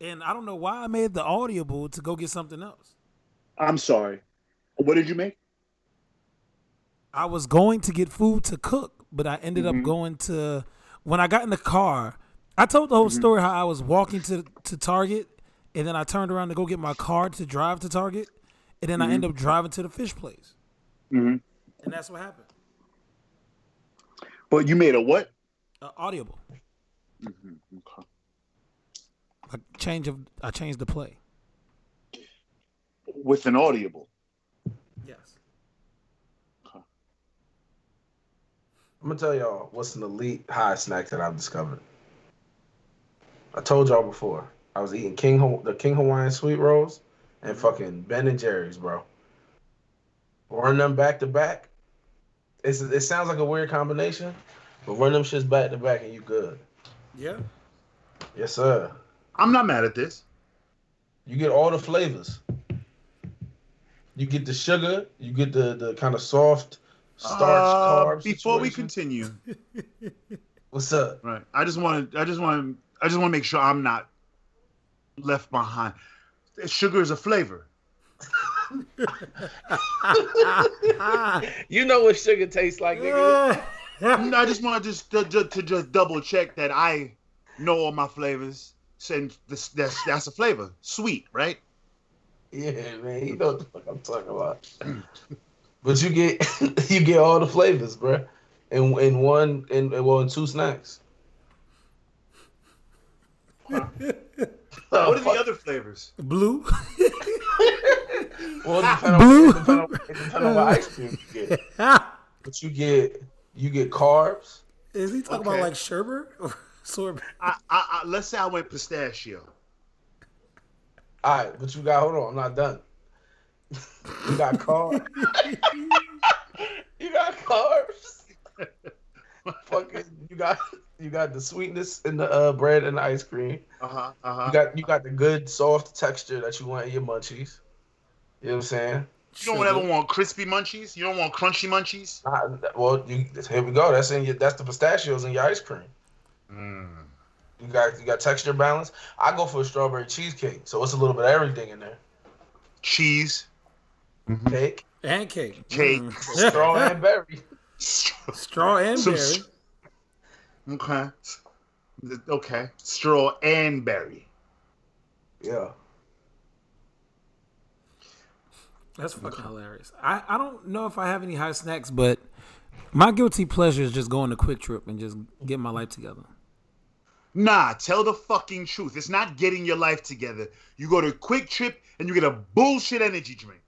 S2: And I don't know why I made the audible to go get something else.
S4: I'm sorry. What did you make?
S2: I was going to get food to cook, but I ended up going to when I got in the car. I told the whole story how I was walking to to Target, and then I turned around to go get my car to drive to Target, and then I end up driving to the fish place,
S4: Mhm.
S2: and that's what happened.
S4: But you made a what?
S2: Uh, audible,
S4: Okay.
S2: a change of I changed the play.
S4: With an audible.
S2: Yes.
S3: I'm gonna tell y'all what's an elite high snack that I've discovered. I told y'all before. I was eating King Haw- the King Hawaiian sweet rolls and fucking Ben and Jerry's, bro. Run them back to back. It's, it sounds like a weird combination, but run them shits back to back and you good.
S2: Yeah.
S3: Yes, sir.
S7: I'm not mad at this.
S3: You get all the flavors. You get the sugar. You get the, the kind of soft starch
S7: Uh,
S3: carbs.
S7: before we
S3: situation.
S7: continue,
S3: what's up?
S7: right? I just want to. I just want. to I just want to make sure I'm not
S4: left behind. Sugar is a flavor.
S8: You know what sugar tastes like, nigga.
S2: Uh,
S4: No, I just want to just to, to, to just double check that I know all my flavors. Since this, that's that's a flavor, sweet, right?
S3: Yeah, man, you know what the fuck I'm talking about. but you get you get all the flavors, bruh. In in one in in- well in two snacks.
S4: What are the other flavors?
S2: Blue.
S3: Well, it depends on,
S2: Blue.
S3: it depend on, it depend on what ice cream you get. But you get you get carbs.
S2: Is he talking about
S4: Okay.
S2: like sherbet or sorbet?
S4: I, I, I let's say I went pistachio.
S3: All right, but you got hold on, I'm not done. You got carbs. you got carbs. Fucking, you got you got the sweetness in the uh, bread and the ice cream.
S4: Uh huh. Uh huh.
S3: You got you got the good soft texture that you want in your munchies. You know what I'm saying?
S4: You don't ever want crispy munchies. You don't want crunchy munchies.
S3: Not, well, you, here we go. That's in your, that's the pistachios in your ice cream.
S2: Mm.
S3: You got you got texture balance. I go for a strawberry cheesecake, so it's a little bit of everything in there.
S4: Cheese,
S2: Mm-hmm.
S3: Cake,
S2: And cake.
S4: cake.
S3: Mm. straw, and berry.
S2: Straw and
S4: Some
S2: berry.
S4: s- Okay. Okay. Straw and berry.
S3: Yeah.
S2: That's fucking hilarious. I, I don't know if I have any high snacks, but my guilty pleasure is just going to Quick Trip and just getting my life together.
S4: Nah, tell the fucking truth. It's not getting your life together. You go to Quick Trip and you get a bullshit energy drink.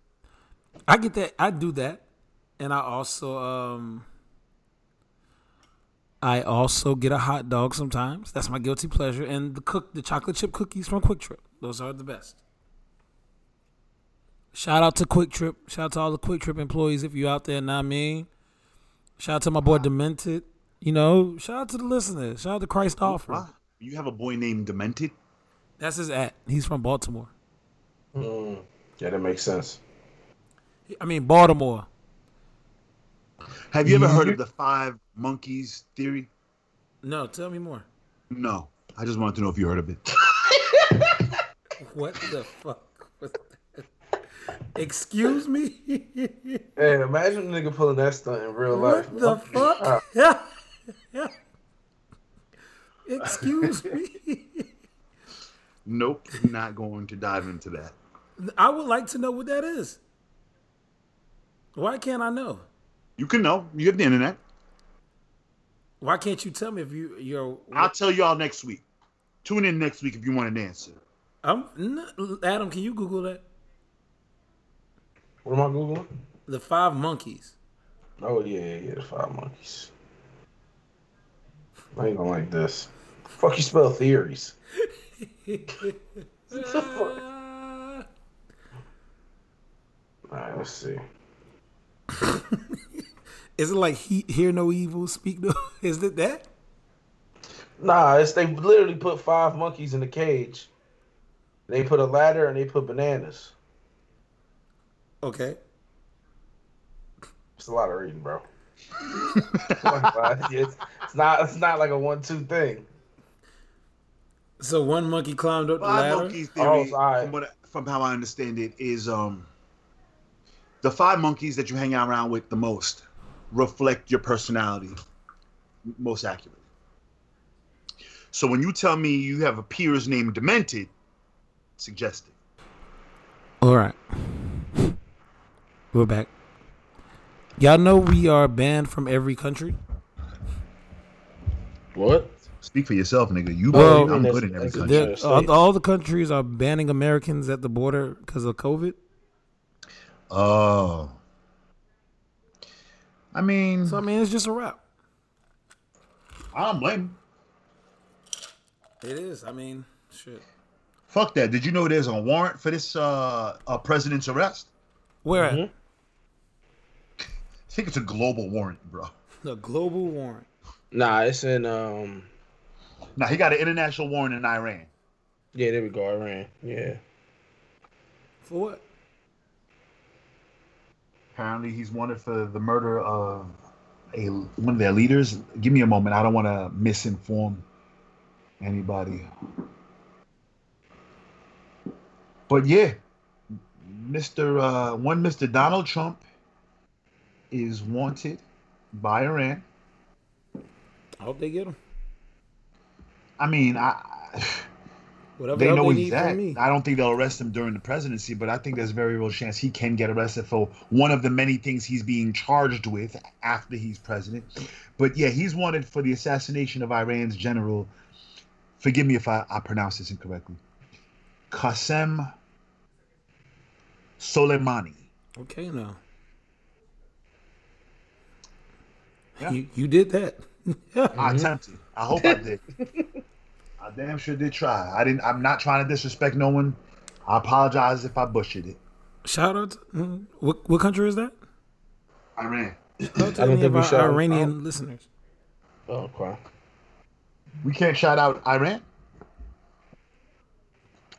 S2: I get that. I do that, and I also um, I also get a hot dog sometimes. That's my guilty pleasure, and the cook the chocolate chip cookies from Quick Trip. Those are the best. Shout out to Quick Trip. Shout out to all the Quick Trip employees if you out there. Know what I mean, shout out to my boy Demented. You know, shout out to the listeners. Shout out to Christ Offer.
S4: Wow. You have a boy named Demented?
S2: That's his at. He's from Baltimore.
S3: Yeah, that makes sense.
S2: I mean Baltimore.
S4: Have you ever heard of the five monkeys theory?
S2: No, tell me more.
S4: No. I just wanted to know if you heard of it.
S2: What the fuck? was that? Excuse me?
S3: Hey, imagine a nigga pulling that stunt in real life.
S2: what Uh. the
S3: man.
S2: fuck? Excuse me?
S4: Nope. Not going to dive into that.
S2: I would like to know what that is. Why can't I know?
S4: You can know. You have the internet.
S2: Why can't you tell me if you you're
S4: I'll tell y'all next week. Tune in next week if you want an answer.
S2: I'm n- Adam, can you google that?
S3: What am I googling?
S2: The five monkeys.
S3: Oh yeah, yeah, yeah, the five monkeys. I ain't gonna like this. Fuck you spell theories.
S2: Uh,
S3: Alright, let's see.
S2: is it like he hear no evil, speak no Is it that?
S3: Nah, it's they literally put five monkeys in a cage. They put a ladder and they put bananas.
S2: Okay.
S3: It's a lot of reading, bro. it's, it's not it's not like a one two thing.
S2: So one monkey climbed up the
S4: Five
S2: ladder.
S4: monkeys
S3: Oh,
S4: theory,
S3: sorry.
S4: from, what, I- from how I understand it, is um, the five monkeys that you hang out around with the most reflect your personality most accurately. So when you tell me you have a peers named Demented, suggested.
S2: All right. We're back. Y'all know we are banned from every country.
S3: What?
S4: Speak for yourself, nigga. You
S2: Well-
S4: I'm good in every
S3: That's-
S4: country.
S3: that's-
S2: There-
S3: Sure,
S2: all,
S3: states.
S2: all the countries are banning Americans at the border because of COVID.
S4: Oh. I mean,
S2: So I mean, it's just a wrap.
S4: I don't blame. him.
S2: It is. I mean, shit.
S4: Fuck that. Did you know there's a warrant for this uh, uh president's arrest?
S2: Where at?
S3: Mm-hmm.
S4: I think it's a global warrant, bro.
S2: the global warrant?
S3: Nah, it's in um
S4: Now he got an international warrant in Iran.
S3: yeah, there we go, Iran. Yeah.
S2: For what?
S4: Apparently, he's wanted for the murder of a one of their leaders. Give me a moment. I don't want to misinform anybody. But yeah, Mr. Uh, one Mr. Donald Trump is wanted by Iran.
S2: I hope they get him.
S4: I mean, I
S2: Whatever
S4: they
S2: help
S4: know
S2: need
S4: he's
S2: from
S4: that.
S2: me.
S4: I don't think they'll arrest him during the presidency, but I think there's a very real chance he can get arrested for one of the many things he's being charged with after he's president. But yeah, he's wanted for the assassination of Iran's general. Forgive me if I, I pronounce this incorrectly. Qasem Soleimani.
S2: Okay, now.
S4: Yeah.
S2: You, you did that.
S4: I attempted. I hope I did. I damn sure did try. I didn't. I'm not trying to disrespect no one. I apologize if I butchered it.
S2: Shout out. To, mm, what, what country is that?
S4: Iran.
S2: Shout out to
S3: I don't
S2: any of
S3: think we
S2: our
S3: shout out.
S2: Iranian listeners.
S3: Oh, okay.
S4: We can't shout out Iran.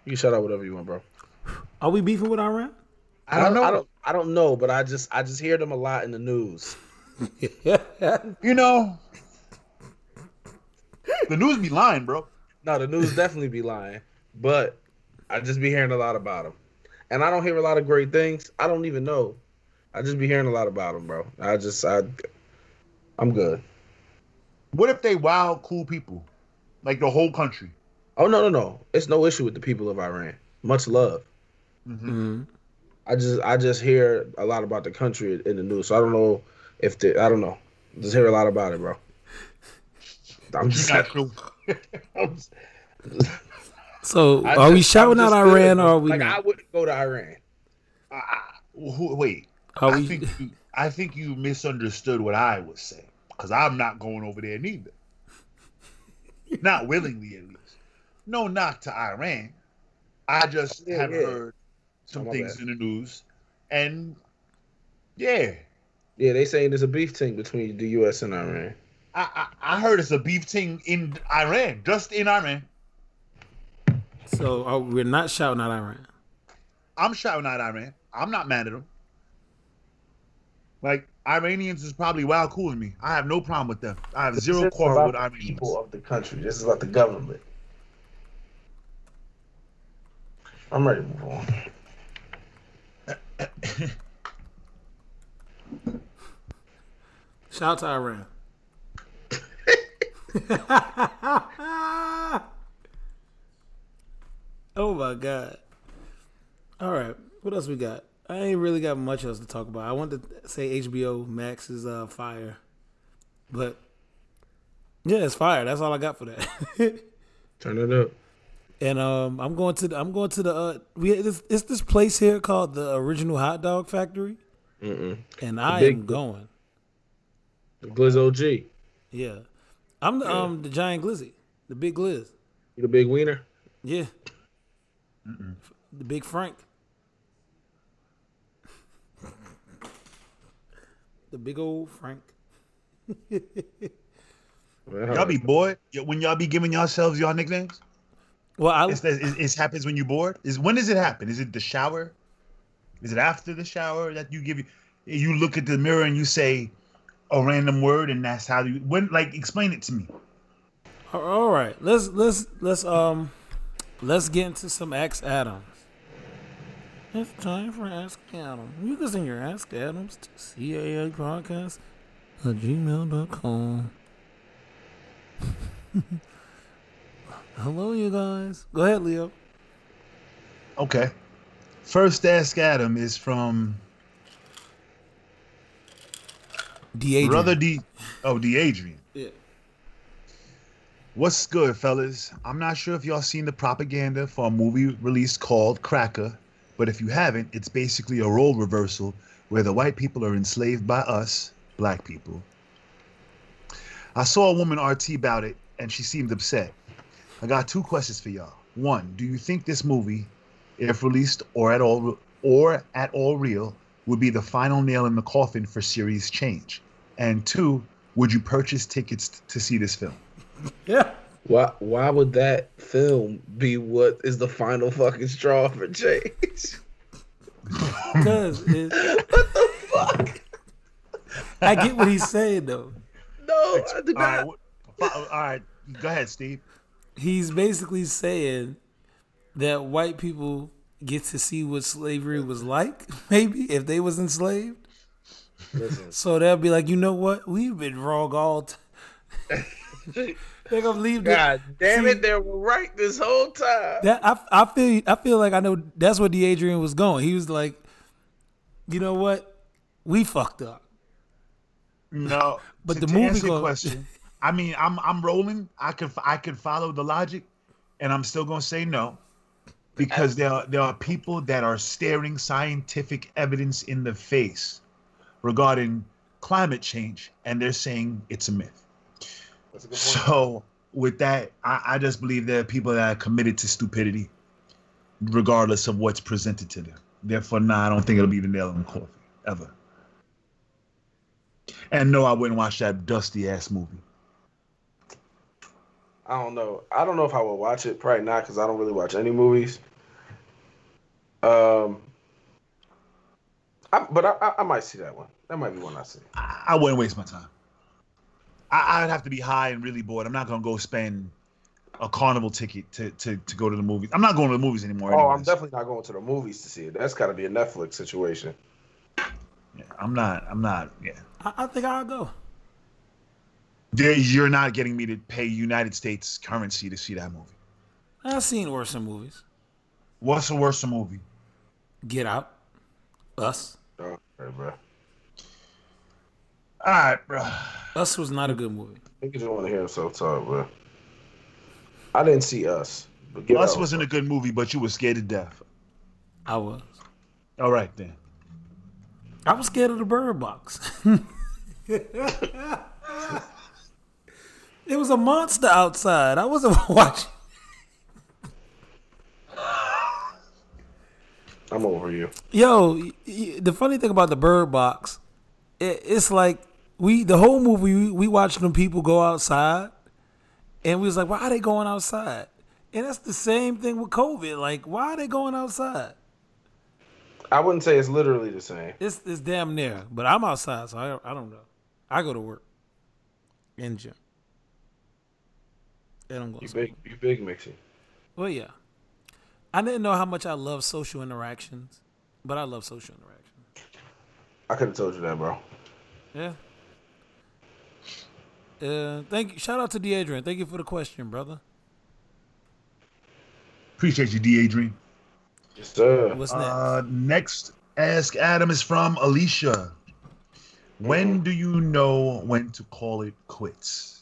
S3: You can shout out whatever you want, bro.
S2: Are we beefing with Iran?
S3: I don't, know. I don't. I don't know, but I just I just hear them a lot in the news. Mm-hmm.
S4: You know, the news be lying, bro.
S3: No, the news definitely be lying, but I just be hearing a lot about them, and I don't hear a lot of great things. I don't even know. I just be hearing a lot about them, bro. I just I, I'm good.
S4: What if they wild, cool people, like the whole country?
S3: Oh no no no! It's no issue with the people of Iran. Much love.
S2: Mhm.
S3: I just I just hear a lot about the country in the news, so I don't know if the I don't know. Just hear a lot about it, bro. I'm
S4: It's
S3: just,
S4: not true.
S3: I'm just-
S2: So,
S3: I
S2: are we
S3: just-
S2: shouting
S3: I'm
S2: out
S3: just
S2: Iran
S3: good.
S2: or are we
S3: like I
S2: not?
S3: wouldn't go to Iran.
S4: Who- Wait,
S2: are
S4: I
S2: we?
S4: think you, I think you misunderstood what I was saying because I'm not going over there neither. not willingly, at least. No knock to Iran. I just
S3: Yeah,
S4: have
S3: yeah.
S4: heard some
S3: Oh, my
S4: things
S3: bad.
S4: in the news, and yeah,
S3: Yeah, they saying there's a beef thing between the U.S. and Iran.
S4: I I, I heard it's a beef thing in Iran, just in Iran.
S2: So, are, we're not shouting out Iran.
S4: I'm shouting out Iran. I'm not mad at them. Like Iranians is probably wild cool with me. I have no problem with them. I have zero quarrel with Iranians.
S3: people of the country. This is about the government. I'm ready to move on.
S2: Shout out to Iran. oh my god. All right, what else we got? I ain't really got much else to talk about. I wanted to say HBO Max is uh fire, but yeah, it's fire. That's all I got for that.
S3: Turn it up.
S2: and um, I'm going to the, I'm going to the uh, we it's, it's this place here called the Original Hot Dog Factory, and I am
S3: big-
S2: going.
S3: The Glizz OG.
S2: Yeah, I'm the um the giant glizzy, the big glizz.
S3: You the big wiener.
S2: Yeah, the big Frank, the big old Frank.
S4: Y'all be bored Y- when y'all be giving yourselves y'all nicknames.
S2: Well,
S3: Oh.
S2: I
S4: It's, it's, it's happens when you bored. Is when does it happen? Is it the shower? Is it after the shower that you give you? You look at the mirror and you say a random word, and that's how you when like explain it to me.
S2: all- all right. Let's let's let's um let's get into some Ask Adams. It's time for Ask Adam. You can send your Ask Adams to CAA podcast at gmail.com. Hello, you guys. Go ahead, Leo.
S4: Okay. First ask Adam is from
S2: DH.
S4: Brother D. Oh, D. Adrian.
S2: Yeah.
S4: What's good, fellas? I'm not sure if y'all seen the propaganda for a movie released called Cracker, but if you haven't, it's basically a role reversal where the white people are enslaved by us, black people. I saw a woman RT about it and she seemed upset. I got two questions for y'all. One, do you think this movie, if released or at all or at all real, would be the final nail in the coffin for series change? And two, would you purchase tickets to see this film?
S2: Yeah.
S3: Why why would that film be what is the final fucking straw for change?
S2: Because what the fuck? I get what he's saying though.
S3: no, I did
S4: All right,
S3: not.
S4: wh- fi- all right. Go ahead, Steve.
S2: He's basically saying that white people get to see what slavery was like, maybe if they was enslaved. so they'll be like, you know what? We've been wrong all. T- They're gonna leave. the-
S9: God damn
S2: See-
S9: it, they were right this whole time.
S2: that I, I feel I feel like I know that's where DeAdrian was going. He was like, you know what, we fucked up.
S4: No,
S2: But
S4: to,
S2: the
S4: to
S2: movie
S4: answer your
S2: go-
S4: question. I mean, I'm I'm rolling. I could I could follow the logic, and I'm still gonna say no, because there are, there are people that are staring scientific evidence in the face regarding climate change, and they're saying it's a myth.
S3: That's a good point.
S4: So with that, I, I just believe there are people that are committed to stupidity, regardless of what's presented to them. Therefore, no, I don't think it'll be the nail in the coffin ever. And no, I wouldn't watch that dusty ass movie.
S3: I don't know. I don't know if I will watch it. Probably not because I don't really watch any movies. Um, I, but I, I, I might see that one. That might be one I see.
S4: I, I wouldn't waste my time. I, I'd have to be high and really bored. I'm not gonna go spend a carnival ticket to to, to go to the movies. I'm not going to the movies anymore.
S3: Oh, I'm
S4: anyways.
S3: definitely not going to the movies to see it. That's got to be a Netflix situation.
S4: Yeah, I'm not. I'm not. Yeah.
S2: I, I think I'll go.
S4: There, you're not getting me to pay United States currency to see that movie.
S2: I've seen worse in movies.
S4: What's the worst movie?
S2: Get Out, Us.
S3: Oh, right, bro.
S4: All right, bro.
S2: Us was not a good movie.
S3: I think you just want to hear himself talk, bro. I didn't see us. But get
S4: Us
S3: out.
S4: wasn't a good movie, but you were scared to death.
S2: I was.
S4: All right then.
S2: I was scared of the bird box. it was a monster outside. I wasn't watching.
S3: I'm over you.
S2: Yo, y- y- the funny thing about the Bird Box, it, it's like we the whole movie we, we watched them people go outside, and we was like, why are they going outside? And that's the same thing with COVID. Like, why are they going outside?
S3: I wouldn't say it's literally the same.
S2: It's it's damn near. But I'm outside, so I I don't know. I go to work, and gym, and I'm going.
S3: You
S2: to
S3: big, you big mixing.
S2: Well, yeah. I didn't know how much I love social interactions, but I love social interactions.
S3: I could have told you that, bro.
S2: Yeah. Uh, thank you. Shout out to Deadrian. Thank you for the question, brother.
S4: Appreciate you, D. Adrian.
S3: Yes, sir.
S2: What's next?
S4: Uh, next, ask Adam is from Alicia. When
S3: Mm-hmm.
S4: do you know when to call it quits?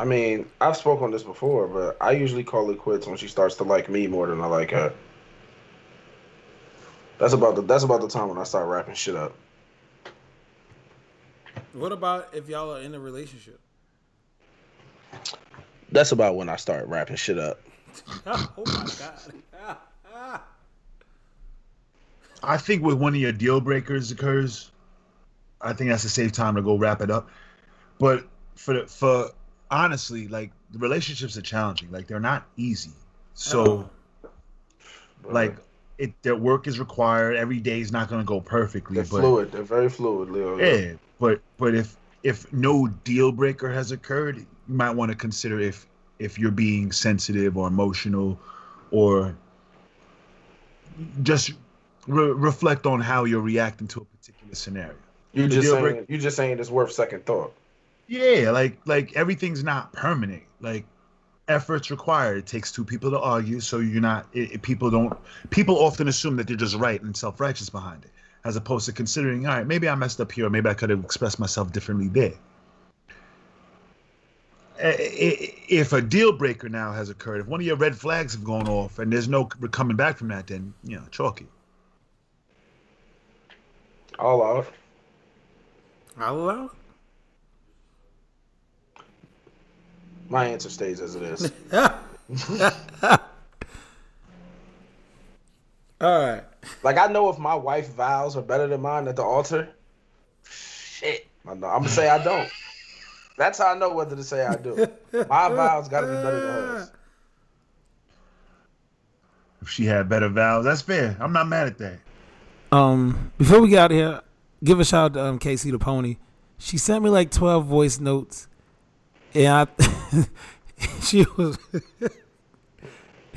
S3: I mean, I've spoke on this before, but I usually call it quits when she starts to like me more than I like her. That's about the that's about the time when I start wrapping shit up.
S2: what about if y'all are in a relationship?
S3: That's about when I start wrapping shit up.
S2: oh my god.
S4: I think when one of your deal breakers occurs, I think that's a safe time to go wrap it up. But for for honestly, like the relationships are challenging. Like they're not easy.
S3: Oh,
S4: So like it their work is required. Every day is not gonna go perfectly.
S3: They're
S4: but
S3: fluid. They're very fluid, Leo.
S4: Yeah, but but if if no deal breaker has occurred, you might want to consider if if you're being sensitive or emotional, or just re- reflect on how you're reacting to a particular scenario.
S3: You
S4: The
S3: just
S4: deal
S3: saying
S4: break-
S3: you just saying it's worth second thought.
S4: Yeah, like like everything's not permanent. Like efforts required. It takes two people to argue, so you're not. It, it- people don't. People often assume that they're just right and self righteous behind it, as opposed to considering, all right, maybe I messed up here, or maybe I could have expressed myself differently there. I- i- If a deal breaker now has occurred, if one of your red flags have gone off and there's no c- coming back from that, then you know, chalk it.
S3: All out.
S2: I'll allow it.
S3: My answer stays as it is.
S2: All right.
S3: like I know if my wife vows are better than mine at the altar. Shit. I know. I'm gonna say I don't. That's how I know whether to say I do. My vows gotta be better than hers.
S4: If she had better vows, that's fair. I'm not mad at that.
S2: Um, before we get out of here, give a shout out to um, Casey the Pony. She sent me like twelve voice notes, and I she was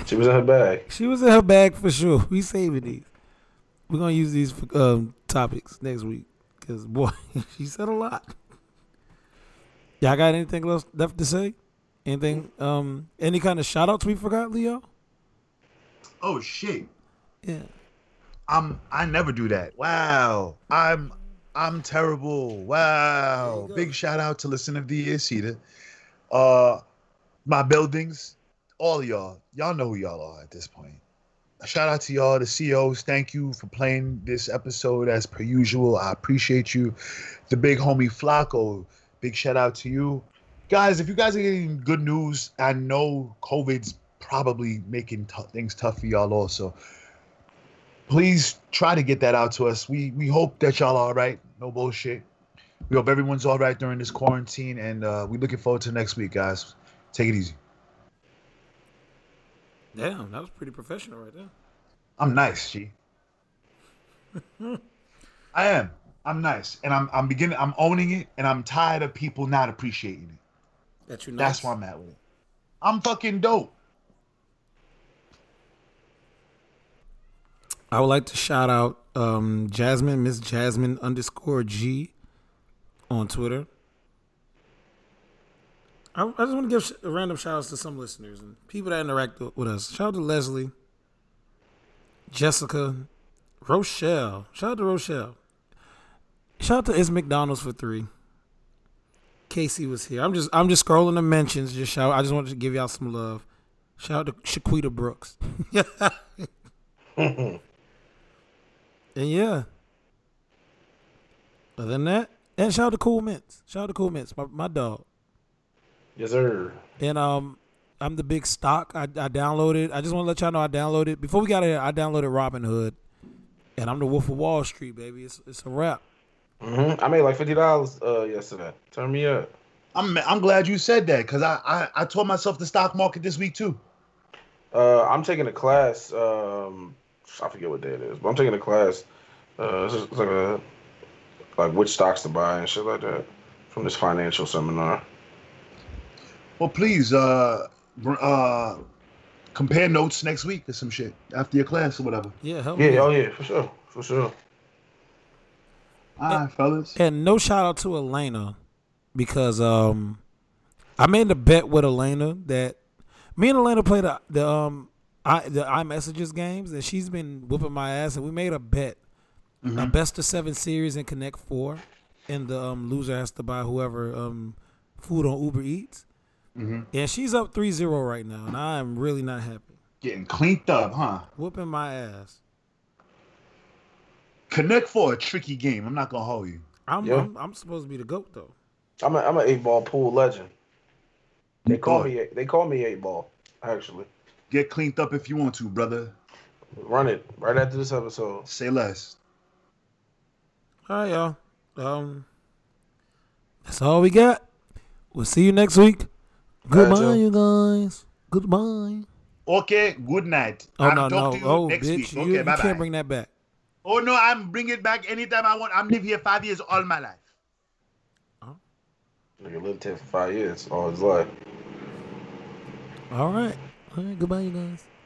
S6: She was in her bag.
S2: She was in her bag for sure. We saving these. We're gonna use these for um, topics next week because boy, she said a lot. Y'all got anything else left to say? Anything? Um, any kind of shout outs we forgot, Leo?
S4: Oh shit.
S2: Yeah.
S4: I'm I never do that. Wow. I'm I'm terrible. Wow. Big shout out to Listen of the Year Cedar. Uh my buildings, all of y'all. Y'all know who y'all are at this point. A shout out to y'all, the CEOs. Thank you for playing this episode as per usual. I appreciate you. The big homie Flacco, big shout out to you. Guys, if you guys are getting good news, I know COVID's probably making t- things tough for y'all also please try to get that out to us. We we hope that y'all all right. No bullshit. We hope everyone's all right during this quarantine, and uh, we're looking forward to next week, guys. Take it easy.
S2: Damn, that was pretty professional right there.
S4: I'm nice, G. I am. I'm nice, and I'm I'm beginning. I'm owning it, and I'm tired of people not appreciating it.
S2: That you
S4: That's where I'm at with it. I'm fucking dope.
S2: I would like to shout out um, Jasmine, Miss Jasmine underscore G on Twitter. I, I just want to give sh- random shout outs to some listeners and people that interact with us. Shout out to Leslie, Jessica, Rochelle. Shout out to Rochelle. Shout out to Is McDonald's for three. Casey was here. I'm just I'm just scrolling the mentions. Just shout. I just wanted to give y'all some love. Shout out to Shaquita Brooks. And yeah. Other than that, and shout out to Cool Mints. Shout out to Cool Mints, my, my dog.
S6: Yes, sir.
S2: And um, I'm the big stock. I, I downloaded. I just want to let y'all know I downloaded. Before we got here, I downloaded Robin Hood, and I'm the Wolf of Wall Street, baby. It's it's a wrap.
S6: hmm I made like fifty dollars uh, yesterday. Turn me up.
S4: I'm I'm glad you said that because I, I I told myself the stock market this week too.
S6: Uh, I'm taking a class. Um, I forget what day it is, but I'm taking a class. Uh, it's just like a like which stocks to buy and shit like that from this financial seminar.
S4: Well, please uh br- uh compare notes next week or some shit after your class or whatever.
S2: Yeah, help
S6: Yeah.
S2: me.
S6: Oh yeah. For sure. For sure.
S4: All right, fellas.
S2: And no shout out to Elena because um I made a bet with Elena that me and Elena played the, the um I the iMessages games and she's been whipping my ass and we made a bet. A best of seven series and Connect Four and the um, loser has to buy whoever um food on Uber Eats. And she's up 3-0 right now and I am really not happy.
S4: Getting cleaned up, huh?
S2: Whooping my ass.
S4: Connect for a tricky game. I'm not gonna hold you.
S2: I'm
S6: Yeah.
S2: I'm, I'm supposed to be the goat though.
S6: I'm a, I'm an eight ball pool legend. They call
S4: Good.
S6: me eight- they call me eight ball actually.
S4: Get cleaned up if you want to, brother.
S6: Run it right after this episode.
S4: Say less.
S2: All right, y'all. Um, that's all we got. We'll see you next week.
S6: right,
S2: Goodbye,
S6: y'all.
S2: you guys. Goodbye.
S4: Okay. Good night.
S2: Oh
S4: I'll
S2: no,
S4: talk
S2: no.
S4: to you
S2: Oh,
S4: next
S2: bitch,
S4: week.
S2: you,
S4: Okay,
S2: you
S4: bye bye.
S2: can't bring that back.
S4: oh no, I'm bring it back anytime I want. I'm live here five years all my life.
S6: Nigga lived here for five years, all his life.
S2: All right. All right. Goodbye, you guys.